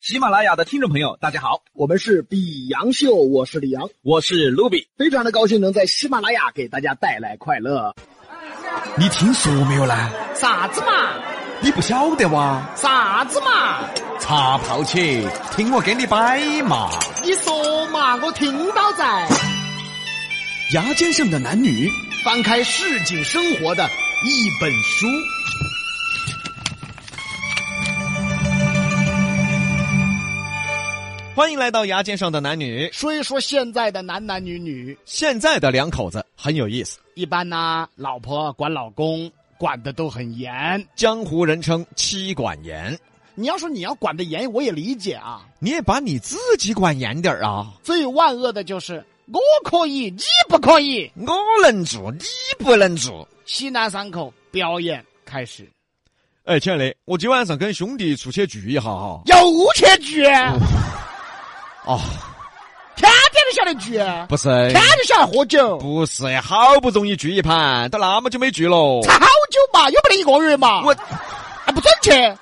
喜马拉雅的听众朋友，大家好，我们是比杨秀，我是李阳，我是卢比。非常的高兴能在喜马拉雅给大家带来快乐。你听说没有呢？啥子嘛？你不晓得哇？啥子嘛？茶泡起，听我给你摆嘛。你说嘛，我听到在。牙尖上的男女，翻开市井生活的一本书，欢迎来到牙尖上的男女。说一说现在的男男女女。现在的两口子很有意思，一般呢，老婆管老公管的都很严。江湖人称“妻管严你要说你要管的严，我也理解啊。”，你也把你自己管严点儿啊！最万恶的就是我可以，你不可以。我能做，你不能做。西南三口表演开始，哎，亲爱的，我今晚上跟兄弟出去聚一下哈。又去聚，哦，天天都晓得聚，不是，天天都晓得喝酒。不是，好不容易聚一盘，都那么久没聚了。才好久嘛，又不得一个月嘛。我还不准去，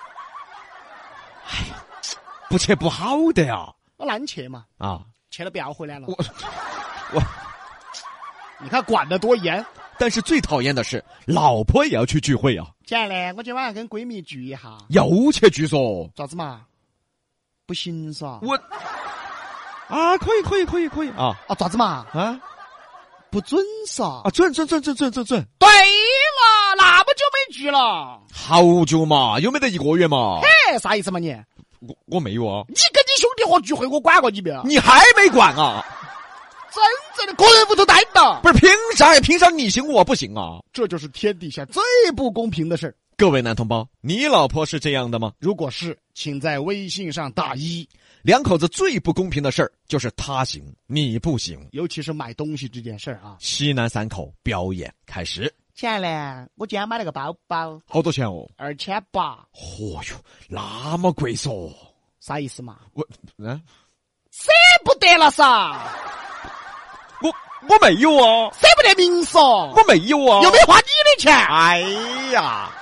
不去不好的呀！我让你去嘛，啊，去了不要回来了。我我，你看管得多严。但是最讨厌的是，老婆也要去聚会啊，亲爱的，我今晚上跟闺蜜聚一下，又去聚嗦。咋子嘛？不行嗦。我啊，可以可以可以可以啊啊，咋子嘛？啊不准嗦。啊！准准准准准准准，对嘛，那么久没聚了，好久嘛，有没得一个月嘛？嘿，啥意思嘛你？你我我没有啊，跟你兄弟伙聚会，我管过你没有？你还没管啊？真正的个人屋头待的，不是凭啥呀？凭啥你行我不行啊？这就是天底下最不公平的事儿。各位男同胞，你老婆是这样的吗？如果是，请在微信上打一，两口子最不公平的事儿就是他行你不行。尤其是买东西这件事儿啊。西南三口表演开始，亲爱的，我今天买了个包包，好多钱哦？二千八，嚯哟，那么贵嗦！啥意思嘛？我，嗯，舍不得了噻，我我没有啊，舍不得明说，我没有啊，又没花你的钱。哎呀，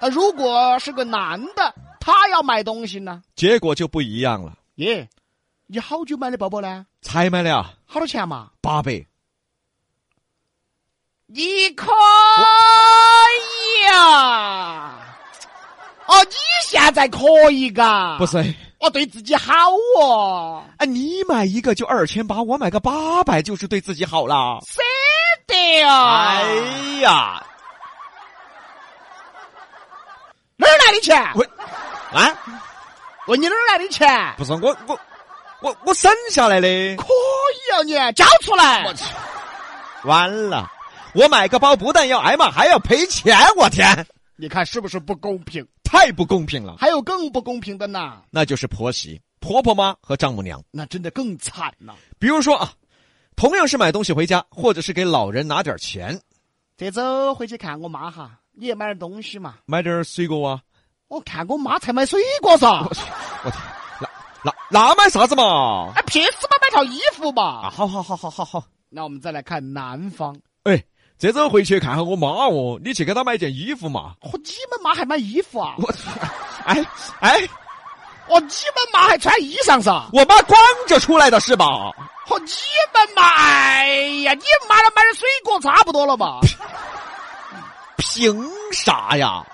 呃如果是个男的，他要买东西呢，结果就不一样了。耶，你好久买的包包呢？才买了啊好多钱嘛？八百，你可以啊！哦，你现在可以嘎？不，是，我对自己好哦，啊哎，你买一个就二千八，我买个八百就是对自己好啦。舍得啊！啊哎呀，哪儿来的钱？我，啊，问你哪儿来的钱？不是我我我我省下来的，可以啊你，交出来！我去，完了，我买个包不但要挨骂，还要赔钱，我天，你看是不是不公平？太不公平了。还有更不公平的呢，那就是婆媳、婆婆妈和丈母娘。那真的更惨呐、比如说啊，同样是买东西回家，或者是给老人拿点钱，这周回去看我妈哈，你也买点东西嘛。买点水果啊，我看我妈才买水果 噻，我天，那那那买啥子嘛？哎，平时嘛买套衣服嘛。啊，好好好好好好，那我们再来看南方，哎，这周回去看下我妈哦，你去给她买件衣服嘛。嚯，你们妈还买衣服啊？我， 哎哎，哦，你们妈还穿衣裳噻？我妈光着出来的是吧？嚯，你们妈，哎呀，你妈那买点水果差不多了吧？凭啥呀？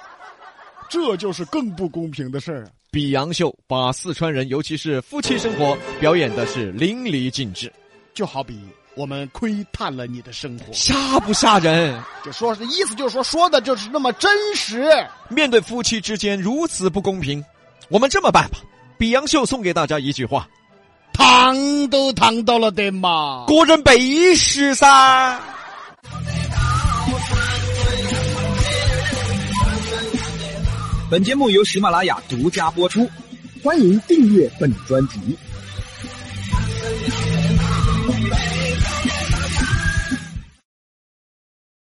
这就是更不公平的事儿。啊比杨秀把四川人，尤其是夫妻生活表演的是淋漓尽致，就好比我们窥探了你的生活，吓不吓人？就说是意思就是说说的就是那么真实。面对夫妻之间如此不公平，我们这么办吧。比杨秀送给大家一句话：烫都烫到了的嘛。个人背时噻。本节目由喜马拉雅独家播出。欢迎订阅本专辑。